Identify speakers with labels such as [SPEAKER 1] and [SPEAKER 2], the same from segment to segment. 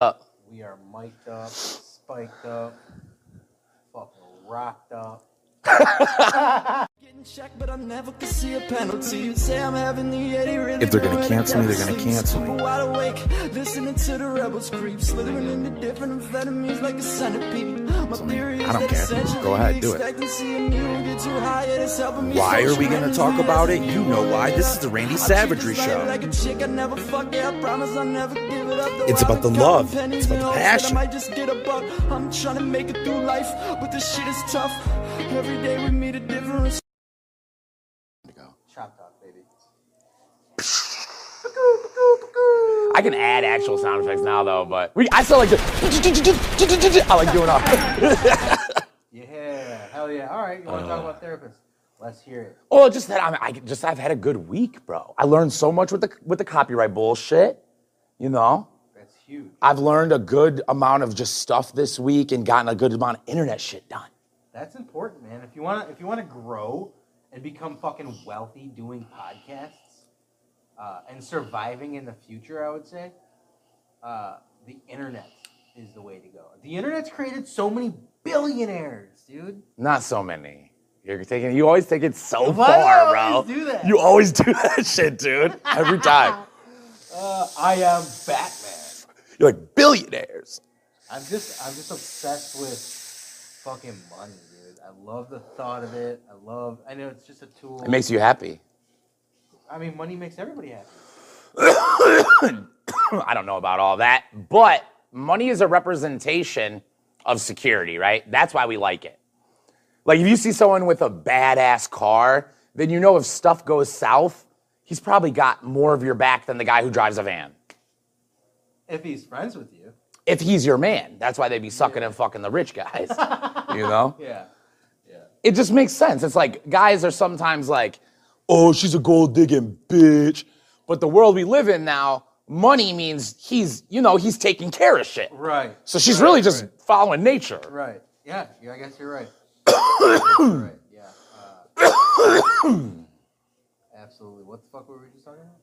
[SPEAKER 1] up.
[SPEAKER 2] We are mic'd up, spiked up, fucking rocked up.
[SPEAKER 3] Getting checked, but I never could see a penalty. You say I'm having the 80, really
[SPEAKER 4] If they're gonna
[SPEAKER 3] never
[SPEAKER 4] cancel me, they're
[SPEAKER 3] had
[SPEAKER 4] gonna
[SPEAKER 3] sleep.
[SPEAKER 4] cancel me.
[SPEAKER 3] Super wide awake, listening to the rebels creep, slithering into different amphetamines like a centipede. My
[SPEAKER 4] I mean,
[SPEAKER 3] theory
[SPEAKER 4] I don't
[SPEAKER 3] is that
[SPEAKER 4] care.
[SPEAKER 3] essentially
[SPEAKER 4] Go ahead, do it.
[SPEAKER 3] the expectancy in you will get too high, it is helping me
[SPEAKER 4] Why are we
[SPEAKER 3] socialize
[SPEAKER 4] gonna talk
[SPEAKER 3] as
[SPEAKER 4] about
[SPEAKER 3] much
[SPEAKER 4] it?
[SPEAKER 3] as
[SPEAKER 4] You know why. This is the
[SPEAKER 3] I
[SPEAKER 4] Randy
[SPEAKER 3] treat
[SPEAKER 4] Savagery
[SPEAKER 3] this life
[SPEAKER 4] Show.
[SPEAKER 3] Like a chick, I never fuck yeah, I promise I'll never give it up. though
[SPEAKER 4] It's
[SPEAKER 3] I've
[SPEAKER 4] about
[SPEAKER 3] been
[SPEAKER 4] the
[SPEAKER 3] counting
[SPEAKER 4] love. It's
[SPEAKER 3] pennies
[SPEAKER 4] about
[SPEAKER 3] and
[SPEAKER 4] the
[SPEAKER 3] hopes that I
[SPEAKER 4] passion.
[SPEAKER 3] might just get above. I'm trying to make it through life, but this shit is tough. Every day we meet a different
[SPEAKER 2] Chopped up, baby.
[SPEAKER 1] I can add actual sound effects now though, but we, I still like to. I like doing all.
[SPEAKER 2] Yeah, hell yeah. All right, you want to talk about therapists? Let's hear it.
[SPEAKER 1] Well, just that I'm, I can- just I've had a good week, bro. I learned so much with the with the copyright bullshit. You know,
[SPEAKER 2] That's huge.
[SPEAKER 1] I've learned a good amount of just stuff this week and gotten a good amount of internet shit done.
[SPEAKER 2] That's important, man. If you want to, if you want to grow and become fucking wealthy doing podcasts uh, and surviving in the future, I would say uh, the internet is the way to go. The internet's created so many billionaires, dude.
[SPEAKER 1] Not so many. You're taking. You always take it so
[SPEAKER 2] Why do I
[SPEAKER 1] far,
[SPEAKER 2] always
[SPEAKER 1] bro.
[SPEAKER 2] do that?
[SPEAKER 1] You always do that shit, dude. Every time.
[SPEAKER 2] Uh, I am Batman.
[SPEAKER 1] You're like billionaires.
[SPEAKER 2] I'm just I'm just obsessed with fucking money, dude. I love the thought of it. I love I know it's just a tool.
[SPEAKER 1] It makes you happy.
[SPEAKER 2] I mean money makes everybody happy.
[SPEAKER 1] I don't know about all that, but money is a representation of security, right? That's why we like it. Like if you see someone with a badass car, then you know if stuff goes south, he's probably got more of your back than the guy who drives a van.
[SPEAKER 2] If he's friends with you.
[SPEAKER 1] If he's your man, that's why they be sucking and fucking the rich guys. you know?
[SPEAKER 2] Yeah.
[SPEAKER 1] It just makes sense. It's like guys are sometimes like, "Oh, she's a gold digging bitch." But the world we live in now, money means he's, you know, he's taking care of shit.
[SPEAKER 2] Right.
[SPEAKER 1] So she's really just following nature.
[SPEAKER 2] Right. Yeah, yeah, I guess you're right. I guess you're right. Yeah. uh, absolutely. What the fuck were we just talking about?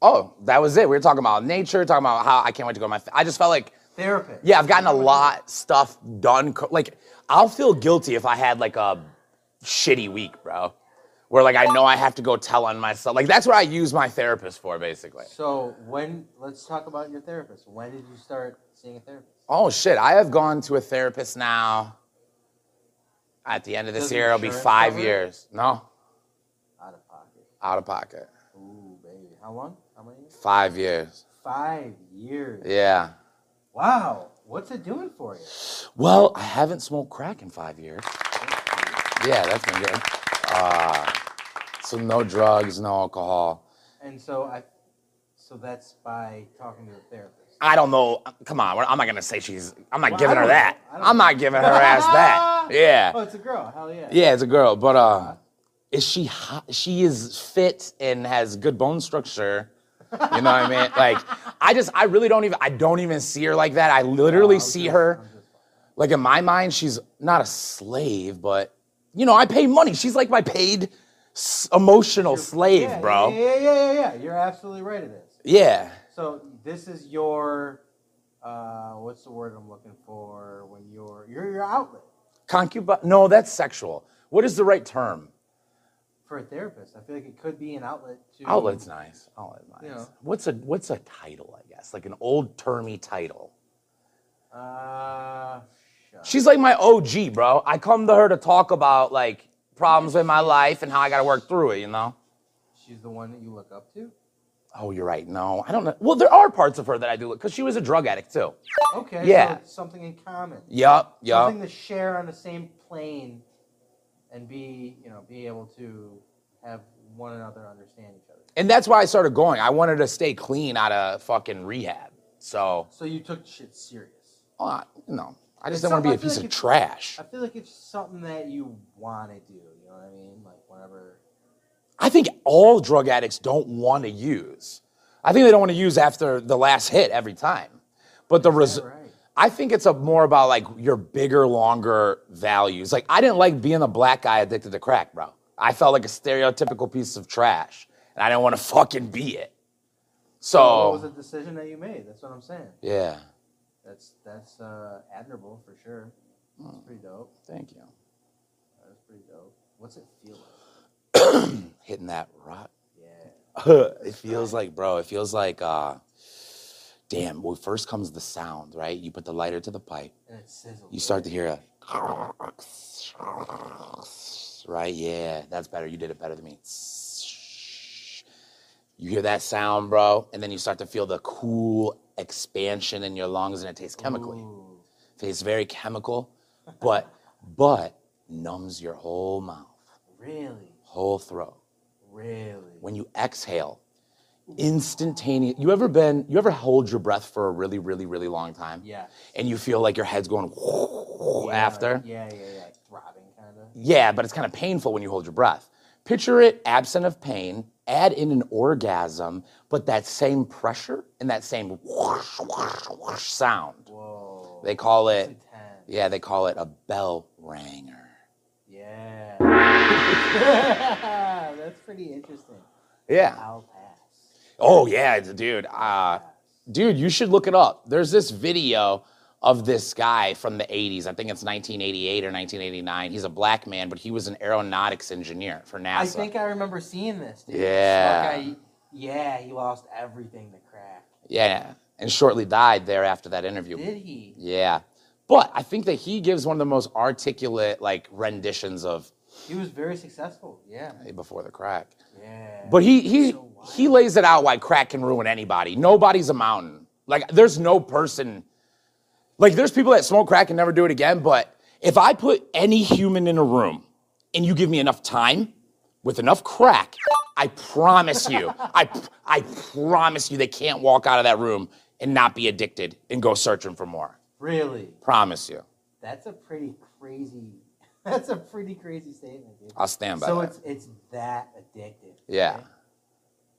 [SPEAKER 1] Oh, that was it. We were talking about nature, talking about how I can't wait to go to my. I just felt like,
[SPEAKER 2] Therapist.
[SPEAKER 1] yeah, I've gotten a lot stuff done. co- Like, I'll feel guilty if I had like a shitty week, bro, where like I know I have to go tell on myself. Like that's what I use my therapist for, basically.
[SPEAKER 2] So when let's talk about your therapist. When did you start seeing a therapist?
[SPEAKER 1] Oh shit, I have gone to a therapist now. At the end of this
[SPEAKER 2] Does
[SPEAKER 1] year, it'll be
[SPEAKER 2] insurance
[SPEAKER 1] five
[SPEAKER 2] cover it?
[SPEAKER 1] years. No,
[SPEAKER 2] Out of pocket.
[SPEAKER 1] out of pocket.
[SPEAKER 2] Ooh, baby. How long? How many years?
[SPEAKER 1] Five years.
[SPEAKER 2] Five years.
[SPEAKER 1] Yeah.
[SPEAKER 2] Wow, what's it doing for you?
[SPEAKER 1] Well, I haven't smoked crack in five years. Yeah, that's been good. Uh, so no drugs, no alcohol.
[SPEAKER 2] And so I, so that's by talking to the therapist.
[SPEAKER 1] I don't know. Come on, I'm not gonna say she's. I'm not
[SPEAKER 2] Well,
[SPEAKER 1] giving
[SPEAKER 2] I
[SPEAKER 1] her
[SPEAKER 2] don't-
[SPEAKER 1] that.
[SPEAKER 2] I don't-
[SPEAKER 1] I'm not giving her ass that. Yeah.
[SPEAKER 2] Oh, it's a girl. Hell yeah.
[SPEAKER 1] Yeah, it's a girl, but uh, is she hot? She is fit and has good bone structure. You know what I mean? Like, I just, I really don't even, I don't even see her like that. I
[SPEAKER 2] Oh,
[SPEAKER 1] literally see her, like in my mind, she's not a slave, but you know, I pay money. She's like my paid s- emotional slave,
[SPEAKER 2] Yeah,
[SPEAKER 1] bro. Yeah.
[SPEAKER 2] Yeah, yeah, yeah, yeah, yeah. You're absolutely right. It is. So this is your, uh, what's the word I'm looking for? When you're your your outlet
[SPEAKER 1] concubine. No, that's sexual. What is the right term?
[SPEAKER 2] for a therapist. I feel like it could be an outlet to
[SPEAKER 1] Outlet's nice. Outlet's nice.
[SPEAKER 2] Yeah.
[SPEAKER 1] What's a what's a title? I guess like an old termy title.
[SPEAKER 2] Uh, shut.
[SPEAKER 1] She's like my OG, bro. I come to her to talk about like problems in my life and how I gotta work through it, you know?
[SPEAKER 2] She's the one that you look up to.
[SPEAKER 1] Oh, you're right. No, I don't know. Well, there are parts of her that I do look because she was a drug addict too.
[SPEAKER 2] Okay.
[SPEAKER 1] Yeah.
[SPEAKER 2] So it's something in common.
[SPEAKER 1] Yup, yup.
[SPEAKER 2] something to share on the same plane and be you know be able to have one another understand each other
[SPEAKER 1] And that's why I started going. I wanted to stay clean out of fucking rehab. So,
[SPEAKER 2] so you took shit serious
[SPEAKER 1] well, I- you know, I
[SPEAKER 2] It's
[SPEAKER 1] just didn't want to be
[SPEAKER 2] something
[SPEAKER 1] a
[SPEAKER 2] I feel
[SPEAKER 1] piece
[SPEAKER 2] like
[SPEAKER 1] of
[SPEAKER 2] it's-
[SPEAKER 1] trash.
[SPEAKER 2] i feel like it's something that you want to do you know what i mean like whenever
[SPEAKER 1] I think all drug addicts don't want to use. I think they don't want to use after the last hit every time. But the result,
[SPEAKER 2] right?
[SPEAKER 1] I think it's a more about like your bigger, longer values. Like I didn't like being a black guy addicted to crack, bro. I felt like a stereotypical piece of trash, and I didn't want to fucking be it.
[SPEAKER 2] That was a
[SPEAKER 1] So
[SPEAKER 2] decision that you made. That's what I'm saying.
[SPEAKER 1] yeah,
[SPEAKER 2] That's that's uh, admirable for sure. That's pretty dope.
[SPEAKER 1] thank you.
[SPEAKER 2] That's pretty dope. What's it feel like?
[SPEAKER 1] Hitting that rock.
[SPEAKER 2] Yeah.
[SPEAKER 1] it feels like, bro. It feels like, uh, damn. Well, first comes the sound, right? You put the lighter to the pipe.
[SPEAKER 2] And it sizzles.
[SPEAKER 1] You start to hear a. Right? Yeah, that's better. You did it better than me. You hear that sound, bro, and then you start to feel the cool expansion in your lungs, and it tastes chemically.
[SPEAKER 2] Ooh.
[SPEAKER 1] Tastes very chemical, but but numbs your whole mouth,
[SPEAKER 2] Really?
[SPEAKER 1] whole throat.
[SPEAKER 2] Really?
[SPEAKER 1] When you exhale, instantaneous. You ever been? You ever hold your breath for a really, really, really long time?
[SPEAKER 2] Yeah.
[SPEAKER 1] And you feel like your head's going
[SPEAKER 2] Yeah,
[SPEAKER 1] after.
[SPEAKER 2] Yeah, yeah, yeah. Throbbing kind of.
[SPEAKER 1] Yeah, but it's kind of painful when you hold your breath. Picture it absent of pain, add in an orgasm, but that same pressure and that same whoosh, whoosh, whoosh sound.
[SPEAKER 2] Whoa.
[SPEAKER 1] They call
[SPEAKER 2] That's
[SPEAKER 1] it,
[SPEAKER 2] intense.
[SPEAKER 1] yeah, they call it a bell ringer.
[SPEAKER 2] Yeah. That's pretty interesting.
[SPEAKER 1] Yeah.
[SPEAKER 2] I'll pass.
[SPEAKER 1] Oh, yeah, it's- dude. Uh, dude, you should look it up. There's this video of this guy from the 80s. I think it's 1988 or 1989. He's a black man, but he was an aeronautics engineer for NASA.
[SPEAKER 2] I think I remember seeing this, dude. This
[SPEAKER 1] Yeah.
[SPEAKER 2] guy- yeah, he lost everything to crack.
[SPEAKER 1] yeah. And shortly died there after that interview.
[SPEAKER 2] Did he?
[SPEAKER 1] Yeah. But I think that he gives one of the most articulate like renditions of
[SPEAKER 2] He was very successful. Yeah.
[SPEAKER 1] Hey, before the crack.
[SPEAKER 2] Yeah.
[SPEAKER 1] But he he
[SPEAKER 2] So wild.
[SPEAKER 1] he lays it out why crack can ruin anybody. Nobody's a mountain. Like there's no person like there's people that smoke crack and never do it again, but if I put any human in a room and you give me enough time with enough crack, I promise you, I I promise you they can't walk out of that room and not be addicted and go searching for more.
[SPEAKER 2] really,
[SPEAKER 1] Promise you.
[SPEAKER 2] that's a pretty crazy. That's a pretty crazy statement, dude.
[SPEAKER 1] I'll stand by
[SPEAKER 2] so
[SPEAKER 1] that.
[SPEAKER 2] it's it's that addictive.
[SPEAKER 1] Yeah.
[SPEAKER 2] right?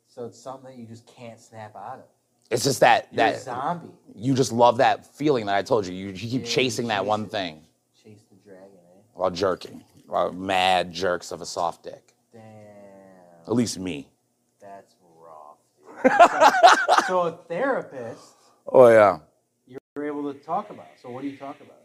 [SPEAKER 2] So it's something that you just can't snap out of.
[SPEAKER 1] It's just that
[SPEAKER 2] You're a
[SPEAKER 1] that
[SPEAKER 2] zombie.
[SPEAKER 1] you just love that feeling that I told you. You, you keep
[SPEAKER 2] Yeah, you
[SPEAKER 1] chasing that
[SPEAKER 2] chase
[SPEAKER 1] one
[SPEAKER 2] it.
[SPEAKER 1] thing
[SPEAKER 2] Chase the dragon, eh?
[SPEAKER 1] while jerking, while mad jerks of a soft dick. At
[SPEAKER 2] Damn,
[SPEAKER 1] least me.
[SPEAKER 2] that's rough. Dude. so, so a therapist,
[SPEAKER 1] Oh yeah.
[SPEAKER 2] you're able to talk about. it. So what do you talk about?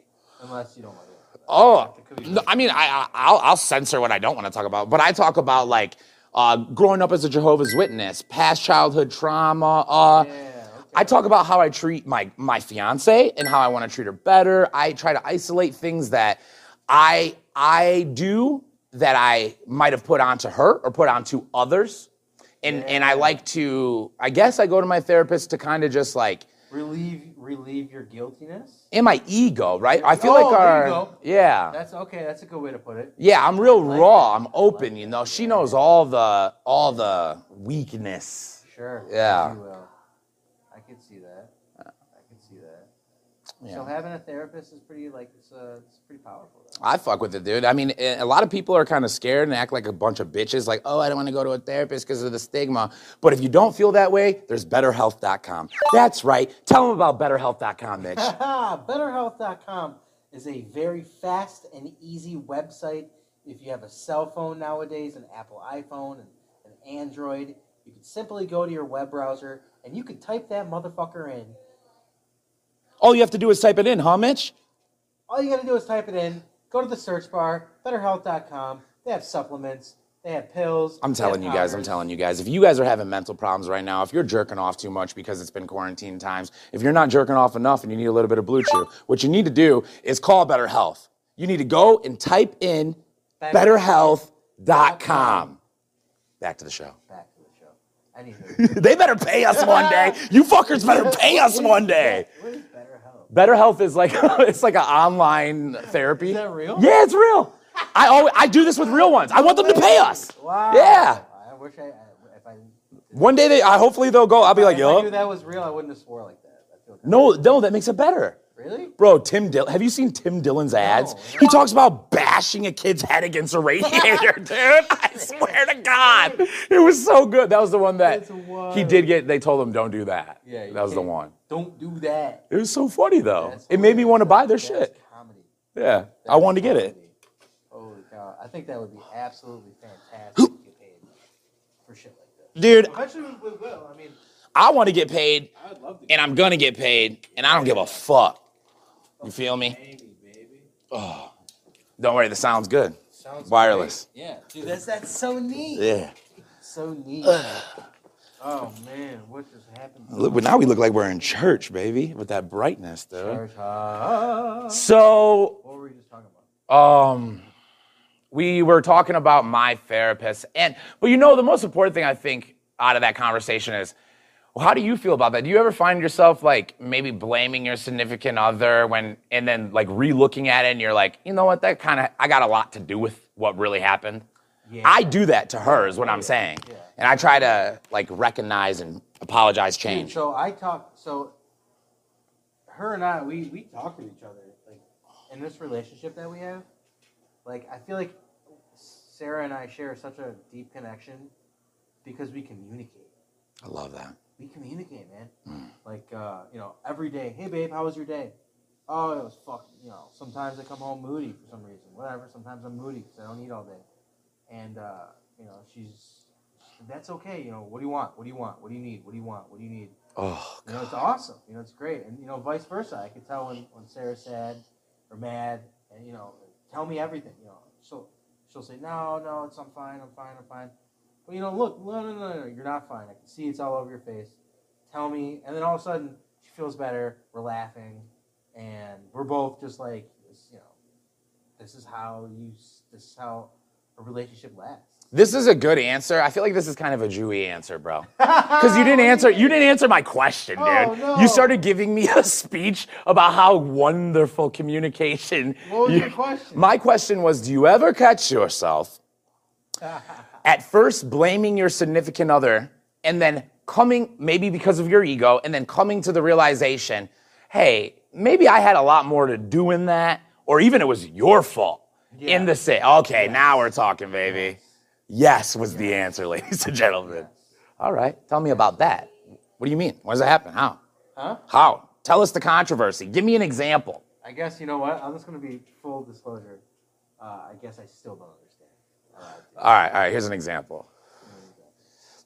[SPEAKER 2] Unless you don't want to.
[SPEAKER 1] Oh,
[SPEAKER 2] Could be-
[SPEAKER 1] no, I mean, I, I I'll, I'll censor what I don't want to talk about, but I talk about like uh, growing up as a Jehovah's Witness, past childhood trauma. Uh,
[SPEAKER 2] Yeah. Okay.
[SPEAKER 1] I talk about how I treat my my fiance and how I want to treat her better. I try to isolate things that I I do that I might have put onto her or put onto others. And and I like to I guess I go to my therapist to kind of just like
[SPEAKER 2] relieve relieve your guiltiness.
[SPEAKER 1] in my ego, right? I feel
[SPEAKER 2] Oh,
[SPEAKER 1] like
[SPEAKER 2] there you
[SPEAKER 1] our
[SPEAKER 2] go.
[SPEAKER 1] yeah.
[SPEAKER 2] That's okay. That's a good way to put it.
[SPEAKER 1] yeah, I'm real
[SPEAKER 2] like
[SPEAKER 1] raw.
[SPEAKER 2] that.
[SPEAKER 1] I'm open, you know. She knows all the all the weakness.
[SPEAKER 2] Sure. if
[SPEAKER 1] Yeah. Uh.
[SPEAKER 2] you will. I can see that. I can see that. So
[SPEAKER 1] Yeah.
[SPEAKER 2] having a therapist is pretty like it's uh, it's pretty powerful. Though.
[SPEAKER 1] I fuck with it, dude. I mean, a a lot of people are kind of scared and act like a bunch of bitches, like, oh, I don't want to go to a therapist because of the stigma. But if you don't feel that way, there's betterhealth.com. That's right. Tell them about betterhealth.com, Mitch.
[SPEAKER 2] Ah, BetterHealth.com is a very fast and easy website. If you have a cell phone nowadays, an Apple iPhone and an Android, you can simply go to your web browser and you can type that motherfucker in.
[SPEAKER 1] All you have to do is type it in, huh, Mitch?
[SPEAKER 2] All you got to do is type it in, go to the search bar, BetterHealth.com. They have supplements, they have pills.
[SPEAKER 1] I'm telling you guys, I'm telling you guys, if you guys are having mental problems right now, if you're jerking off too much because it's been quarantine times, if you're not jerking off enough and you need a little bit of Blue Chew, what you need to do is call Better Health. You need to go and type in betterhealth.com. Back to the show.
[SPEAKER 2] Back to the show. I need to.
[SPEAKER 1] They better pay us one day. You fuckers better pay us one day.
[SPEAKER 2] What is BetterHelp?
[SPEAKER 1] Better Health is like it's like an online therapy.
[SPEAKER 2] Is that real?
[SPEAKER 1] Yeah, it's real. I always I do this with real ones. I want them to pay us.
[SPEAKER 2] Wow.
[SPEAKER 1] Yeah.
[SPEAKER 2] I wish I, I if I
[SPEAKER 1] One day they I hopefully they'll go. I'll be like,
[SPEAKER 2] if I knew
[SPEAKER 1] yo.
[SPEAKER 2] that was real, I wouldn't have swore like that. I feel
[SPEAKER 1] No, no, that makes it better.
[SPEAKER 2] really.
[SPEAKER 1] Bro, Tim Dill, have you seen Tim Dillon's ads? He talks about bashing a kid's head against a radiator, dude. I swear to God, it was so good. That was the one that
[SPEAKER 2] That's wild.
[SPEAKER 1] he did get. They told him, "Don't do that."
[SPEAKER 2] Yeah, you
[SPEAKER 1] that was the
[SPEAKER 2] can't-
[SPEAKER 1] one.
[SPEAKER 2] Don't do that.
[SPEAKER 1] It was so funny though.
[SPEAKER 2] That's
[SPEAKER 1] it made me want to buy their
[SPEAKER 2] That's
[SPEAKER 1] shit.
[SPEAKER 2] Comedy.
[SPEAKER 1] Yeah, I wanted to get it.
[SPEAKER 2] Comedy. Holy cow! I think that would be absolutely fantastic to get paid for shit like that.
[SPEAKER 1] Dude,
[SPEAKER 2] Eventually, we we will. I mean,
[SPEAKER 1] I want to get paid,
[SPEAKER 2] I would love to.
[SPEAKER 1] and I'm gonna get paid, and I don't give a fuck. You feel me?
[SPEAKER 2] Maybe, baby.
[SPEAKER 1] Don't worry, the sound's good.
[SPEAKER 2] Sounds
[SPEAKER 1] Wireless.
[SPEAKER 2] great. Yeah, dude, that's that's so neat.
[SPEAKER 1] Yeah.
[SPEAKER 2] So neat. oh man, what just happened?
[SPEAKER 1] Look, but now we look like we're in church, baby, with that brightness, though.
[SPEAKER 2] Church, huh?
[SPEAKER 1] So
[SPEAKER 2] What were we just talking about?
[SPEAKER 1] Um, we were talking about my therapist, and but you know the most important thing I think out of that conversation is, well, how do you feel about that? Do you ever find yourself like maybe blaming your significant other when, and then like re-looking at it, and you're like, you know what, that kind of I got a lot to do with what really happened.
[SPEAKER 2] Yeah.
[SPEAKER 1] I do that to her is what I'm saying,
[SPEAKER 2] yeah.
[SPEAKER 1] and I try to like recognize and apologize,
[SPEAKER 2] Dude,
[SPEAKER 1] change.
[SPEAKER 2] so I talked. So her and I, we we talk to each other. Like in this relationship that we have, like I feel like Sarah and I share such a deep connection because we communicate.
[SPEAKER 1] I love that.
[SPEAKER 2] we communicate, man. Like, uh, you know, every day, hey, babe, how was your day? Oh, it was fuck. You know, sometimes I come home moody for some reason. Whatever. Sometimes I'm moody because I don't eat all day. And, uh, you know, she's, that's okay. You know, what do you want? What do you want? What do you need? What do you want? What do you need?
[SPEAKER 1] Oh,
[SPEAKER 2] You know, it's awesome. You know, it's great. And, you know, vice versa. I could tell when, when Sarah's sad or mad and, you know, tell me everything. You know, she'll, she'll say, no, no, it's, I'm fine. I'm fine. I'm fine. But, you know, look, no, no, no, no, you're not fine. I can see it's all over your face. Tell me. And then all of a sudden, she feels better. We're laughing. And we're both just like, this, you know, this is how you, s- this is how a relationship lasts.
[SPEAKER 1] This is a good answer. I feel like this is kind of a Jewy answer, bro. Because you didn't answer. You didn't answer my question, dude.
[SPEAKER 2] Oh, no.
[SPEAKER 1] You started giving me a speech about how wonderful communication.
[SPEAKER 2] What was
[SPEAKER 1] you-
[SPEAKER 2] your question?
[SPEAKER 1] My question was: Do you ever catch yourself at first blaming your significant other, and then coming maybe because of your ego, and then coming to the realization, hey, maybe I had a lot more to do in that, or even it was your fault in the say. Okay, now we're talking, baby. Yes was the answer, ladies and gentlemen. All right, tell me about that. What do you mean? When does that happen? How?
[SPEAKER 2] Huh?
[SPEAKER 1] How? Tell us the controversy. Give me an example.
[SPEAKER 2] I guess you know what? I'm just gonna be full disclosure. Uh, I guess I still don't understand.
[SPEAKER 1] All right, all right, here's an example.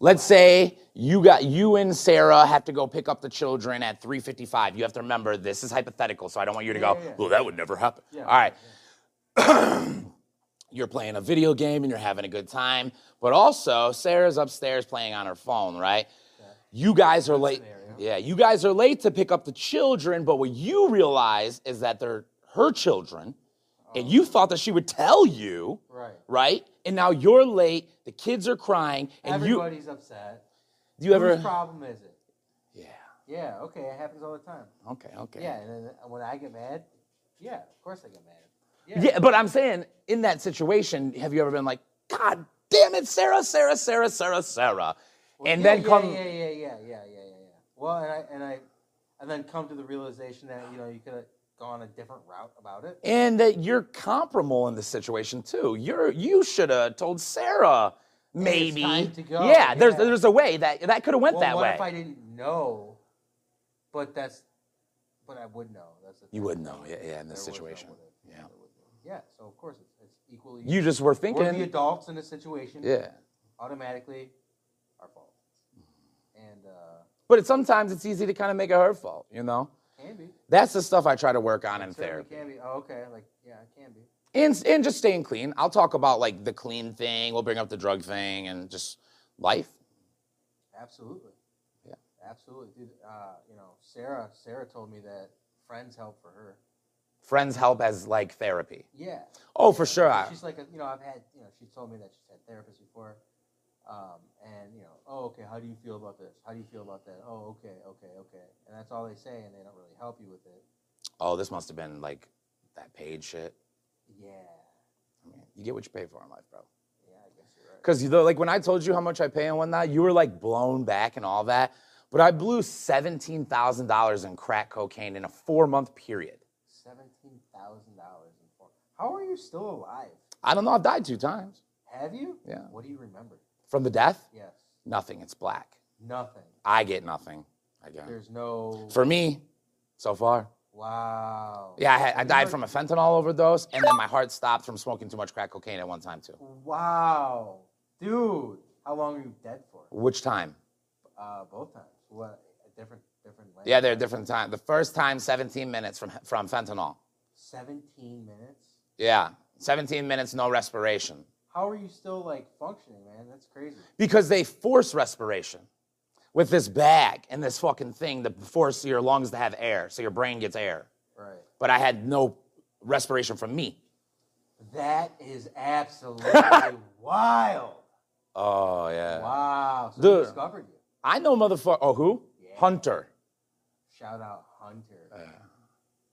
[SPEAKER 1] Let's say you got you and Sarah have to go pick up the children at 3:55. You have to remember this is hypothetical, so I don't want you to go,
[SPEAKER 2] Yeah, yeah, yeah.
[SPEAKER 1] "Well, that would never happen."
[SPEAKER 2] Yeah,
[SPEAKER 1] all right. you're playing a video game and you're having a good time, but also Sarah's upstairs playing on her phone, right? You guys are late.
[SPEAKER 2] scenario.
[SPEAKER 1] Yeah, you guys are late to pick up the children, but what you realize is that they're her children, and you thought that she would tell
[SPEAKER 2] Oh.
[SPEAKER 1] you
[SPEAKER 2] Right.
[SPEAKER 1] right? And now you're late. The kids are crying, and
[SPEAKER 2] Everybody's upset.
[SPEAKER 1] you do you
[SPEAKER 2] Whose
[SPEAKER 1] ever?
[SPEAKER 2] problem is it?
[SPEAKER 1] Yeah.
[SPEAKER 2] Yeah. Okay. It happens all the time.
[SPEAKER 1] Okay. Okay.
[SPEAKER 2] Yeah. And then when I get mad, yeah, of course I get mad. Yeah.
[SPEAKER 1] Yeah, but I'm saying in that situation, have you ever been like, God damn it, Sarah, Sarah, Sarah, Sarah, Sarah, and
[SPEAKER 2] Yeah,
[SPEAKER 1] then
[SPEAKER 2] yeah,
[SPEAKER 1] come?
[SPEAKER 2] Yeah. Yeah. Yeah. Yeah. Yeah. Yeah. Yeah. yeah. Well, and I and I and then come to the realization that you know you could have gone a different route about it.
[SPEAKER 1] And that you're comparable in the situation too. You're you should have told Sarah maybe.
[SPEAKER 2] time to go,
[SPEAKER 1] Yeah, there's
[SPEAKER 2] yeah.
[SPEAKER 1] there's a way that that could have went
[SPEAKER 2] Well,
[SPEAKER 1] that
[SPEAKER 2] what
[SPEAKER 1] way.
[SPEAKER 2] if I didn't know? But that's, but I would know. That's the
[SPEAKER 1] you
[SPEAKER 2] thing.
[SPEAKER 1] wouldn't know. Yeah, yeah in this
[SPEAKER 2] There was no
[SPEAKER 1] situation.
[SPEAKER 2] would've.
[SPEAKER 1] Yeah.
[SPEAKER 2] Yeah, so of course it's, it's equally.
[SPEAKER 1] You just were
[SPEAKER 2] we're the
[SPEAKER 1] thinking.
[SPEAKER 2] adults in a situation.
[SPEAKER 1] Yeah.
[SPEAKER 2] Automatically, our fault. And uh,
[SPEAKER 1] But it, sometimes it's easy to kind of make it her fault, you know.
[SPEAKER 2] can be.
[SPEAKER 1] That's the stuff I try to work on in
[SPEAKER 2] Certainly
[SPEAKER 1] therapy.
[SPEAKER 2] Can be. Oh, okay. Like yeah, it can be.
[SPEAKER 1] And, and just staying clean. I'll talk about like the clean thing. We'll bring up the drug thing and just life.
[SPEAKER 2] Absolutely.
[SPEAKER 1] Yeah.
[SPEAKER 2] Absolutely, dude. Uh, you know, Sarah. Sarah told me that friends help for her.
[SPEAKER 1] Friends help as like therapy.
[SPEAKER 2] Yeah.
[SPEAKER 1] Oh, for sure. I,
[SPEAKER 2] She's like, a, you know, I've had, you know, she's told me that she's had therapists before. Um, and, you know, oh, okay, how do you feel about this? How do you feel about that? Oh, okay, okay, okay. And that's all they say, and they don't really help you with it.
[SPEAKER 1] oh, this must have been like that paid shit.
[SPEAKER 2] Yeah.
[SPEAKER 1] I mean, you get what you pay for in life, bro.
[SPEAKER 2] Yeah, I guess you're right.
[SPEAKER 1] Because like when I told you how much I pay and whatnot, you were like blown back and all that. But I blew seventeen thousand dollars in crack cocaine in a four month period.
[SPEAKER 2] $17,000 in four. How are you still alive?
[SPEAKER 1] I don't know. I've died two times
[SPEAKER 2] Have you?
[SPEAKER 1] Yeah.
[SPEAKER 2] What do you remember?
[SPEAKER 1] from the death.
[SPEAKER 2] Yes.
[SPEAKER 1] Nothing. It's black.
[SPEAKER 2] Nothing.
[SPEAKER 1] I get nothing. I get.
[SPEAKER 2] There's no.
[SPEAKER 1] For me, so far.
[SPEAKER 2] wow.
[SPEAKER 1] Yeah, I, had, I died from a fentanyl overdose, and then my heart stopped from smoking too much crack cocaine at one time too.
[SPEAKER 2] Wow. Dude, how long are you dead for?
[SPEAKER 1] Which time?
[SPEAKER 2] Uh, both times. What a different different length.
[SPEAKER 1] Yeah, they're different time. The first time, 17 minutes from from fentanyl.
[SPEAKER 2] Seventeen minutes.
[SPEAKER 1] Yeah, 17 minutes, no respiration.
[SPEAKER 2] How are you still like functioning, man? That's crazy.
[SPEAKER 1] because they force respiration with this bag and this fucking thing that force your lungs to have air, so your brain gets air.
[SPEAKER 2] Right.
[SPEAKER 1] But I had no respiration from me.
[SPEAKER 2] That is absolutely wild.
[SPEAKER 1] Oh yeah.
[SPEAKER 2] Wow. So
[SPEAKER 1] Dude.
[SPEAKER 2] who discovered you?
[SPEAKER 1] I know motherfucker. Oh who?
[SPEAKER 2] Yeah.
[SPEAKER 1] Hunter,
[SPEAKER 2] Shout out Hunter.
[SPEAKER 1] Uh.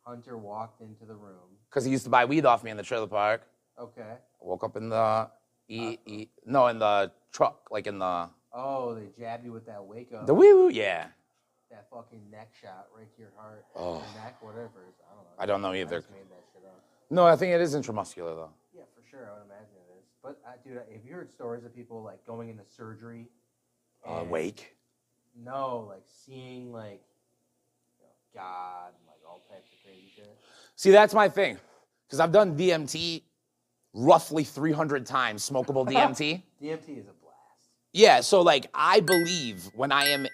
[SPEAKER 2] Hunter walked into the room.
[SPEAKER 1] because he used to buy weed off me in the trailer park.
[SPEAKER 2] Okay.
[SPEAKER 1] Woke up in the e, e no in the truck, like in the
[SPEAKER 2] Oh, they jabbed you with that wake up.
[SPEAKER 1] the wee woo. Yeah.
[SPEAKER 2] that fucking neck shot right to your heart.
[SPEAKER 1] Oh.
[SPEAKER 2] Your neck, whatever. it is, I don't know.
[SPEAKER 1] I don't know either.
[SPEAKER 2] just made that shit up.
[SPEAKER 1] No, I think it is intramuscular though.
[SPEAKER 2] Yeah, for sure. I would imagine it is. But, uh, dude, have you heard stories of people like going into surgery?
[SPEAKER 1] Uh,
[SPEAKER 2] and-
[SPEAKER 1] wake.
[SPEAKER 2] No, like seeing like you know, God and like all types of crazy shit.
[SPEAKER 1] See, that's my thing, because I've done DMT roughly 300 times, smokable DMT.
[SPEAKER 2] DMT is a blast.
[SPEAKER 1] Yeah, so like I believe when I am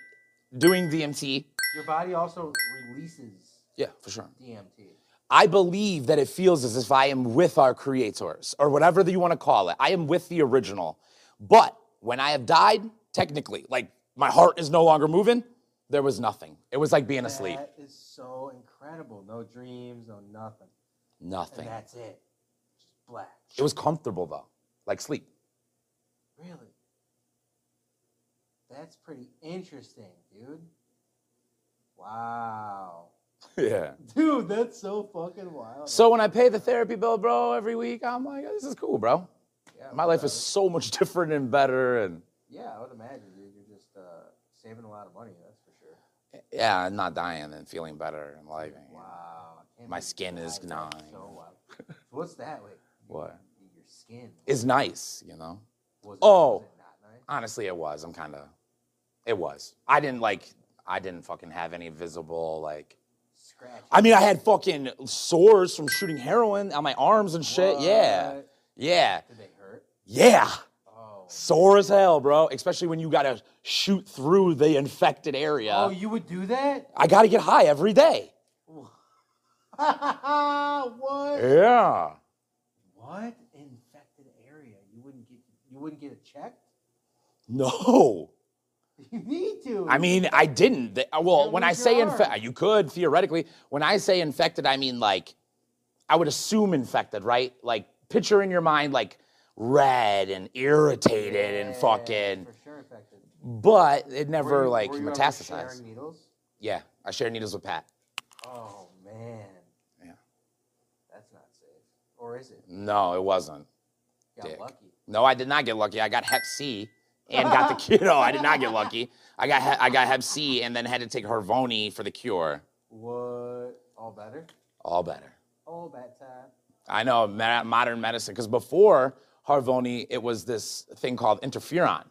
[SPEAKER 1] doing DMT,
[SPEAKER 2] Your body also releases
[SPEAKER 1] yeah, for sure.
[SPEAKER 2] DMT.
[SPEAKER 1] I believe that it feels as if I am with our creators or whatever that you want to call it. I am with the original. But when I have died, technically, like my heart is no longer moving, there was nothing. It was like being asleep.
[SPEAKER 2] That is so incredible. No dreams, no nothing.
[SPEAKER 1] Nothing.
[SPEAKER 2] And that's it. Just black.
[SPEAKER 1] It was comfortable though, like sleep.
[SPEAKER 2] Really? That's pretty interesting, dude. Wow.
[SPEAKER 1] Yeah.
[SPEAKER 2] Dude, that's so fucking wild.
[SPEAKER 1] So when I pay the therapy bill, bro, every week, I'm like, "Oh, this is cool, bro.
[SPEAKER 2] Yeah,
[SPEAKER 1] My life is
[SPEAKER 2] whatever.
[SPEAKER 1] so much different and better and
[SPEAKER 2] Yeah, I would imagine, dude. You're just uh, saving a lot of money, that's for sure.
[SPEAKER 1] yeah, I'm not dying and feeling better and living.
[SPEAKER 2] Wow. I can't
[SPEAKER 1] My
[SPEAKER 2] believe
[SPEAKER 1] skin
[SPEAKER 2] you
[SPEAKER 1] is
[SPEAKER 2] lied. That's
[SPEAKER 1] gnawing.
[SPEAKER 2] So wild. So what's that? Wait.
[SPEAKER 1] What?
[SPEAKER 2] Your skin.
[SPEAKER 1] It's nice, you know.
[SPEAKER 2] Was it,
[SPEAKER 1] Oh.
[SPEAKER 2] Was it not nice?
[SPEAKER 1] Honestly, it was. I'm kind of. It was. I didn't like. I didn't fucking have any visible like.
[SPEAKER 2] Scratch.
[SPEAKER 1] I mean, I had fucking sores from shooting heroin on my arms and shit. Yeah,
[SPEAKER 2] What?
[SPEAKER 1] yeah,
[SPEAKER 2] Did they hurt?
[SPEAKER 1] yeah.
[SPEAKER 2] Oh.
[SPEAKER 1] Sore as hell, bro. Especially when you gotta shoot through the infected area.
[SPEAKER 2] Oh, you would do that?
[SPEAKER 1] I gotta get high every day.
[SPEAKER 2] what?
[SPEAKER 1] Yeah.
[SPEAKER 2] What infected area? You wouldn't get. You wouldn't get it checked.
[SPEAKER 1] No.
[SPEAKER 2] You need to.
[SPEAKER 1] I mean, I didn't. They- uh, Well,
[SPEAKER 2] You
[SPEAKER 1] when I
[SPEAKER 2] lose
[SPEAKER 1] say
[SPEAKER 2] your
[SPEAKER 1] infected,
[SPEAKER 2] arm.
[SPEAKER 1] you could theoretically. When I say infected, I mean like, I would assume infected, right? Like, picture in your mind like red and irritated and
[SPEAKER 2] Yeah,
[SPEAKER 1] fucking,
[SPEAKER 2] For sure infected.
[SPEAKER 1] but it
[SPEAKER 2] Were
[SPEAKER 1] never
[SPEAKER 2] you-
[SPEAKER 1] like
[SPEAKER 2] were you ever
[SPEAKER 1] metastasized.
[SPEAKER 2] sharing needles.
[SPEAKER 1] Yeah, I shared needles with Pat.
[SPEAKER 2] Oh man.
[SPEAKER 1] Yeah.
[SPEAKER 2] That's not safe. Or is it?
[SPEAKER 1] No, it wasn't.
[SPEAKER 2] Got
[SPEAKER 1] Dick.
[SPEAKER 2] lucky.
[SPEAKER 1] No, I did not get lucky. I got Hep C and got the cure. No, I did not get lucky. I got he- I got Hep C and then had to take Hervoni for the cure.
[SPEAKER 2] What? All better.
[SPEAKER 1] All better.
[SPEAKER 2] All that time.
[SPEAKER 1] I know ma- modern medicine because before Harvoni, it was this thing called interferon,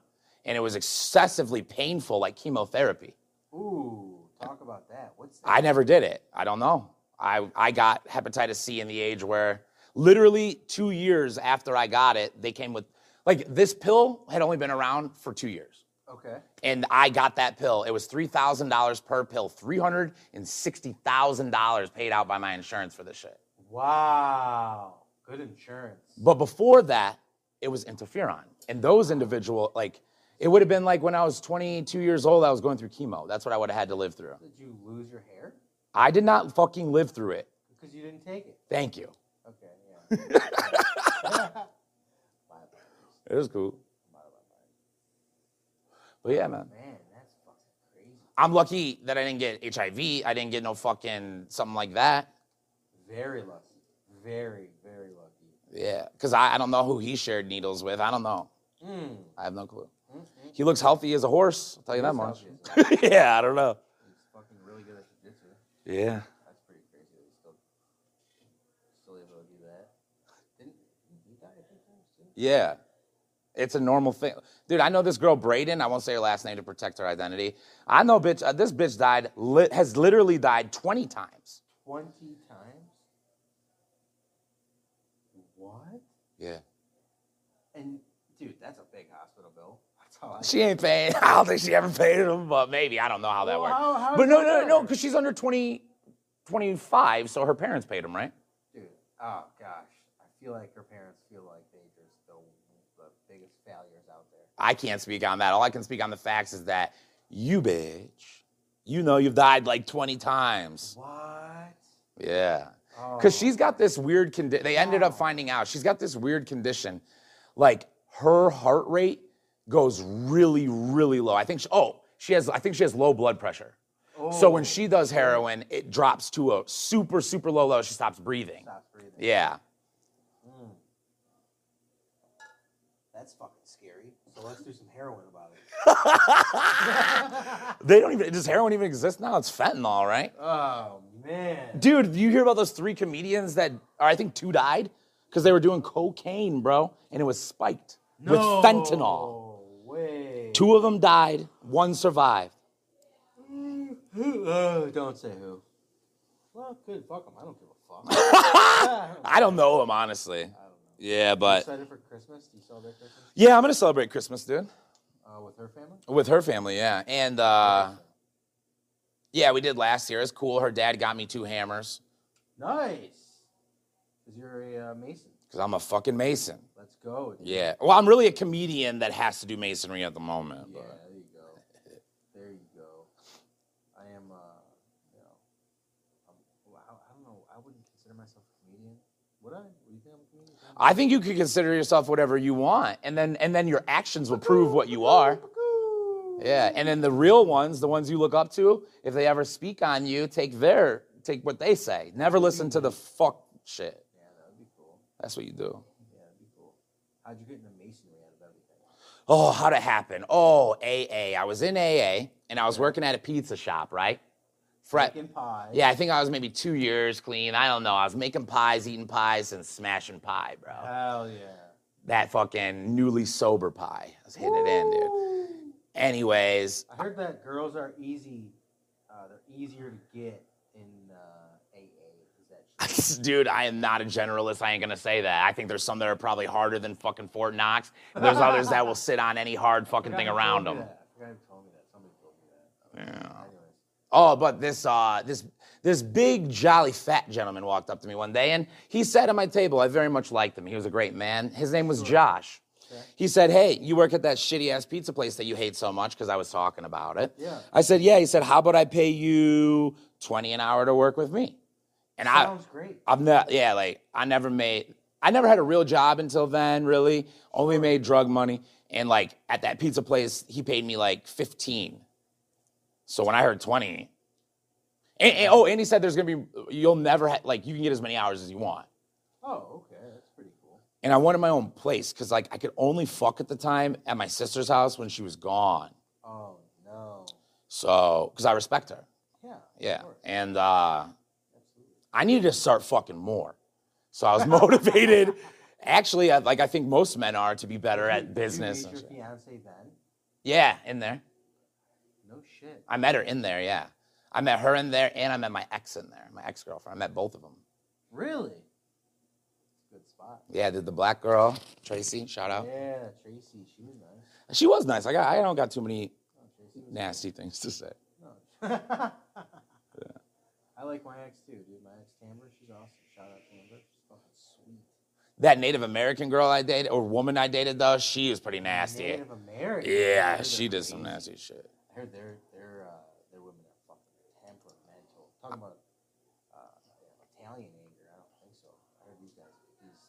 [SPEAKER 1] and it was excessively painful, like chemotherapy.
[SPEAKER 2] Ooh, talk about that. What's that?
[SPEAKER 1] I never did it. I don't know. I I got hepatitis C in the age where literally two years after I got it, they came with like this pill had only been around for two years,
[SPEAKER 2] Okay.
[SPEAKER 1] and I got that pill. It was three thousand dollars per pill, three hundred and sixty thousand dollars paid out by my insurance for this shit.
[SPEAKER 2] Wow. Good insurance.
[SPEAKER 1] But before that, it was interferon. And those individual, like, it would have been like when I was 22 years old, I was going through chemo. That's what I would have had to live through.
[SPEAKER 2] Did you lose your hair?
[SPEAKER 1] I did not fucking live through it.
[SPEAKER 2] Because you didn't take it.
[SPEAKER 1] Thank you.
[SPEAKER 2] Okay, yeah. My bad.
[SPEAKER 1] It was cool. But yeah, man.
[SPEAKER 2] Man, that's fucking crazy.
[SPEAKER 1] I'm lucky that I didn't get HIV. I didn't get no fucking something like that.
[SPEAKER 2] Very lucky. Very, very lucky.
[SPEAKER 1] Yeah. Cause I, I don't know who he shared needles with. I don't know.
[SPEAKER 2] Mm.
[SPEAKER 1] I have no clue. He looks healthy as a horse. I'll tell you that
[SPEAKER 2] He's
[SPEAKER 1] much.
[SPEAKER 2] healthy
[SPEAKER 1] yeah, I don't know.
[SPEAKER 2] He's fucking really good at jiu-jitsu.
[SPEAKER 1] Yeah.
[SPEAKER 2] That's pretty crazy. that He's still, still able to do that. Didn't didn't he die a few times too?
[SPEAKER 1] Yeah. It's a normal thing. Dude, I know this girl, Braden. I won't say her last name to protect her identity. I know, bitch, uh, this bitch died, lit, has literally died 20 times.
[SPEAKER 2] 20 times? What?
[SPEAKER 1] Yeah.
[SPEAKER 2] And, dude, that's a big hospital bill.
[SPEAKER 1] That's
[SPEAKER 2] how I.
[SPEAKER 1] She ain't paying. I don't think she ever paid him, but maybe. I don't know how that
[SPEAKER 2] Well,
[SPEAKER 1] works.
[SPEAKER 2] how- how
[SPEAKER 1] but
[SPEAKER 2] does
[SPEAKER 1] no,
[SPEAKER 2] that
[SPEAKER 1] no,
[SPEAKER 2] work?
[SPEAKER 1] no, because she's under 20, 25, so her parents paid him, right?
[SPEAKER 2] Dude, oh gosh, I feel like her parents feel like they just the the biggest failures out there.
[SPEAKER 1] I can't speak on that. All I can speak on the facts is that you, bitch, you know you've died like 20 times.
[SPEAKER 2] What?
[SPEAKER 1] Yeah.
[SPEAKER 2] Oh.
[SPEAKER 1] Because she's got this weird condition. They ended up finding out she's got this weird condition. Like her heart rate goes really, really low. I think, she, oh, she has, I think she has low blood pressure. So when she does heroin, it drops to a super, super low low. She stops breathing.
[SPEAKER 2] Stop breathing.
[SPEAKER 1] Yeah.
[SPEAKER 2] That's fucking scary. So let's do some heroin about it.
[SPEAKER 1] They don't even, does heroin even exist now? It's fentanyl, right?
[SPEAKER 2] Oh man.
[SPEAKER 1] Dude, you hear about those three comedians that, or I think two died because they were doing cocaine, bro, and it was spiked with fentanyl.
[SPEAKER 2] No Way.
[SPEAKER 1] Two of them died, one survived.
[SPEAKER 2] Who? Oh, don't say who. Well, good. Fuck them. I don't give a fuck.
[SPEAKER 1] I don't know him, honestly. Yeah, but
[SPEAKER 2] excited for Christmas? Do you celebrate Christmas
[SPEAKER 1] yeah, I'm gonna celebrate Christmas, dude,
[SPEAKER 2] uh, with her family?
[SPEAKER 1] with her family. Yeah, and uh, yeah, we did last year. It's cool. Her dad got me two hammers
[SPEAKER 2] Nice. Cause you're a uh, Mason.
[SPEAKER 1] because I'm a fucking mason.
[SPEAKER 2] Let's go. dude.
[SPEAKER 1] Yeah. Well, I'm really a comedian that has to do masonry at the moment.
[SPEAKER 2] Yeah,
[SPEAKER 1] But.
[SPEAKER 2] there you go. There you go. I am, uh, you know, I'm, well, I, I don't know. I wouldn't consider myself a comedian. Would I? Would you think I'm a comedian?
[SPEAKER 1] I think you could consider yourself whatever you want, and then and then your actions will prove what you are. Yeah, and then the real ones, the ones you look up to, if they ever speak on you, take their take what they say. Never listen to the fuck shit.
[SPEAKER 2] Yeah, that would be cool.
[SPEAKER 1] That's what you do.
[SPEAKER 2] Yeah, that'd be cool. How'd you get into masonry out of everything?
[SPEAKER 1] Oh, how'd it happen? Oh, AA. I was in AA and I was working at a pizza shop, right? Fret.
[SPEAKER 2] Making pie.
[SPEAKER 1] Yeah, I think I was maybe two years clean. I don't know. I was making pies, eating pies, and smashing pie, bro.
[SPEAKER 2] Hell yeah.
[SPEAKER 1] That fucking newly sober pie. I was hitting it in, dude. Anyways,
[SPEAKER 2] I heard that girls are easy. Uh, they're easier to get in uh, AA. Is that true?
[SPEAKER 1] Dude, I am not a generalist. I ain't gonna say that. I think there's some that are probably harder than fucking Fort Knox. And there's others that will sit on any hard fucking thing
[SPEAKER 2] Forgot who
[SPEAKER 1] around
[SPEAKER 2] told
[SPEAKER 1] them.
[SPEAKER 2] me that. I forgot who told me that. Somebody told me that.
[SPEAKER 1] Yeah.
[SPEAKER 2] Anyways,
[SPEAKER 1] Oh, but this uh, this this big jolly fat gentleman walked up to me one day and he sat at my table. I very much liked him. He was a great man. His name was Josh. He said, "Hey, you work at that shitty ass pizza place that you hate so much because I was talking about it."
[SPEAKER 2] Yeah.
[SPEAKER 1] I said, "Yeah." He said, "How about I pay you twenty an hour to work with me?" And I
[SPEAKER 2] sounds great.
[SPEAKER 1] I've not, yeah, like I never made, I never had a real job until then, really. Only made drug money. And like at that pizza place, he paid me like 15. So when I heard 20, and, and- oh, and he said there's gonna be, you'll never, ha- like, you can get as many hours as you want.
[SPEAKER 2] Oh, okay. That's pretty cool.
[SPEAKER 1] And I wanted my own place because like I could only fuck at the time at my sister's house when she was gone.
[SPEAKER 2] Oh no.
[SPEAKER 1] So, because I respect her.
[SPEAKER 2] Yeah.
[SPEAKER 1] Yeah.
[SPEAKER 2] Of course.
[SPEAKER 1] And uh, I needed to start fucking more. So I was motivated. Actually, I, like I think most men are to be better
[SPEAKER 2] Did
[SPEAKER 1] at
[SPEAKER 2] you
[SPEAKER 1] business.
[SPEAKER 2] meet
[SPEAKER 1] and
[SPEAKER 2] your
[SPEAKER 1] shit.
[SPEAKER 2] fiance then?
[SPEAKER 1] Yeah, in there.
[SPEAKER 2] No shit.
[SPEAKER 1] I met her in there, yeah. I met her in there and I met my ex in there, my ex girlfriend. I met both of them.
[SPEAKER 2] Really? Good spot.
[SPEAKER 1] Yeah, did the black girl, Tracy, shout out.
[SPEAKER 2] Yeah, Tracy. She was nice.
[SPEAKER 1] She was nice. I, got, I don't got too many
[SPEAKER 2] No, Tracy was
[SPEAKER 1] nasty things to say.
[SPEAKER 2] No. Oh. I like my ex too, dude. My ex Tamber, she's awesome. Shout out Tamber. She's fucking sweet.
[SPEAKER 1] That Native American girl I dated, or woman I dated though, she was pretty nasty.
[SPEAKER 2] Native American. I
[SPEAKER 1] Yeah,
[SPEAKER 2] heard
[SPEAKER 1] she
[SPEAKER 2] they're
[SPEAKER 1] did some
[SPEAKER 2] crazy.
[SPEAKER 1] nasty shit.
[SPEAKER 2] I heard their their uh, their women are fucking temperamental. Talking about uh, Italian anger, I don't think so. I heard these guys, these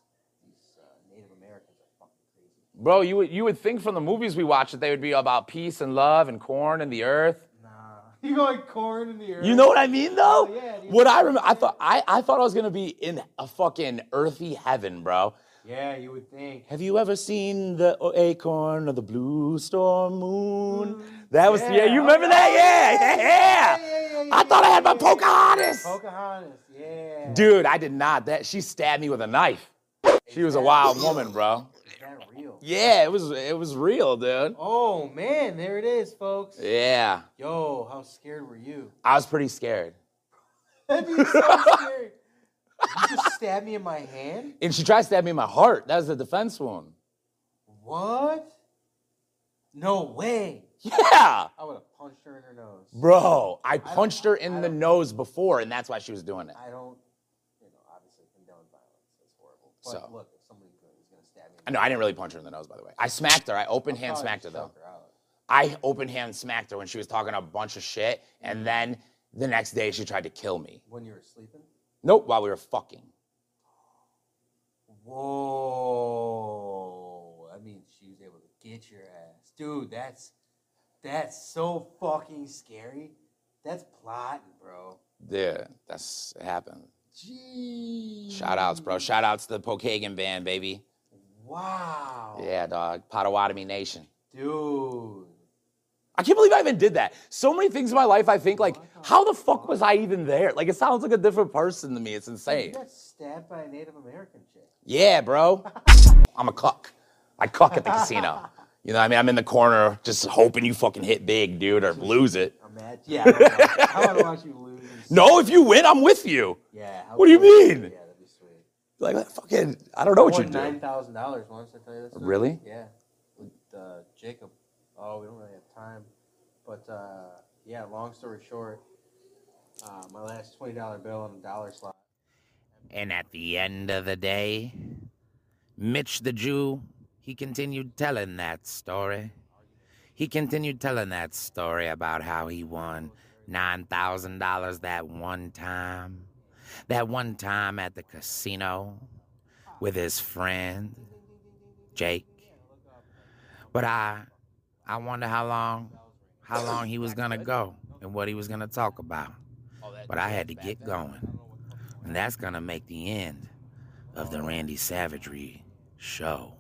[SPEAKER 2] these uh, Native Americans are fucking crazy.
[SPEAKER 1] Bro, you would you would think from the movies we watch that they would be about peace and love and corn and the earth.
[SPEAKER 2] Nah, you going corn in the earth?
[SPEAKER 1] You know what I mean though?
[SPEAKER 2] Oh, yeah, dude.
[SPEAKER 1] What I remember I thought I, I thought I was gonna be in a fucking earthy heaven, bro.
[SPEAKER 2] Yeah, you would think.
[SPEAKER 1] Have you ever seen the o- acorn of the blue storm moon? That was yeah, you
[SPEAKER 2] Mm. yeah.
[SPEAKER 1] remember that? Yeah, yeah, yeah.
[SPEAKER 2] Yeah, yeah, yeah,
[SPEAKER 1] I thought I had my
[SPEAKER 2] yeah, yeah.
[SPEAKER 1] Pocahontas.
[SPEAKER 2] Pocahontas, yeah.
[SPEAKER 1] Dude, I did not. That she stabbed me with a knife. She was a wild woman, bro.
[SPEAKER 2] Is that real?
[SPEAKER 1] Yeah, it was it was real, dude.
[SPEAKER 2] Oh man, there it is, folks.
[SPEAKER 1] Yeah.
[SPEAKER 2] Yo, how scared were you?
[SPEAKER 1] I was pretty scared.
[SPEAKER 2] That'd be so scary. You just stabbed me in my hand?
[SPEAKER 1] And she tried to stab me in my heart. That was the defense wound.
[SPEAKER 2] What? No way.
[SPEAKER 1] Yeah.
[SPEAKER 2] I would have punched her in her nose.
[SPEAKER 1] Bro, I punched her
[SPEAKER 2] I
[SPEAKER 1] in the
[SPEAKER 2] don't-
[SPEAKER 1] nose before, and that's why she was doing it.
[SPEAKER 2] I don't, you know, obviously condone violence. It's horrible. But
[SPEAKER 1] So.
[SPEAKER 2] look, if somebody good is gonna stab me,
[SPEAKER 1] I know I didn't really punch her in the nose, by the way. I smacked her. I open hand smacked her though. I open hand smacked her when she was talking a bunch of shit,
[SPEAKER 2] Mm-hmm.
[SPEAKER 1] and then the next day she tried to kill me.
[SPEAKER 2] When you were sleeping.
[SPEAKER 1] Nope, while we were fucking.
[SPEAKER 2] Whoa! I mean, she was able to get your ass, dude. That's that's so fucking scary. That's plotting, bro.
[SPEAKER 1] Yeah, that's it happened.
[SPEAKER 2] Gee.
[SPEAKER 1] Shout outs,
[SPEAKER 2] Mm.
[SPEAKER 1] bro. Shout outs to the Pokagon band, baby.
[SPEAKER 2] Wow.
[SPEAKER 1] Yeah, dog. Potawatomi Nation.
[SPEAKER 2] Dude.
[SPEAKER 1] I can't believe I even did that. So many things in my life, I think, like, how the fuck was I even there? Like, it sounds like a different person to me. It's
[SPEAKER 2] You
[SPEAKER 1] insane.
[SPEAKER 2] got stabbed by a Native American chick.
[SPEAKER 1] Yeah, bro. I'm a cuck. I cuck at the casino. You know what I mean? I'm in the corner just hoping you fucking hit big, dude, or lose it.
[SPEAKER 2] Imagine. Yeah. I wanna- I want to watch you lose.
[SPEAKER 1] No, if you win, I'm with you.
[SPEAKER 2] Yeah. how
[SPEAKER 1] What do you
[SPEAKER 2] cool is that?
[SPEAKER 1] mean?
[SPEAKER 2] Yeah, that'd be sweet.
[SPEAKER 1] Like, fucking, I don't know what
[SPEAKER 2] I
[SPEAKER 1] you're
[SPEAKER 2] won
[SPEAKER 1] doing.
[SPEAKER 2] nine thousand dollars once. I tell you this. story?
[SPEAKER 1] Really?
[SPEAKER 2] Yeah, with uh, Jacob. Oh, we don't really have time, but uh, yeah. Long story short, uh, my last twenty dollar bill on the dollar slot.
[SPEAKER 1] And at the end of the day, Mitch the Jew, he continued telling that story. He continued telling that story about how he won $9,000 that one time, that one time at the casino with his friend, Jake. But I, I wonder how long, how long he was going to go and what he was going to talk about. But I had to get going. And that's going to make the end of the Randy Savagery show.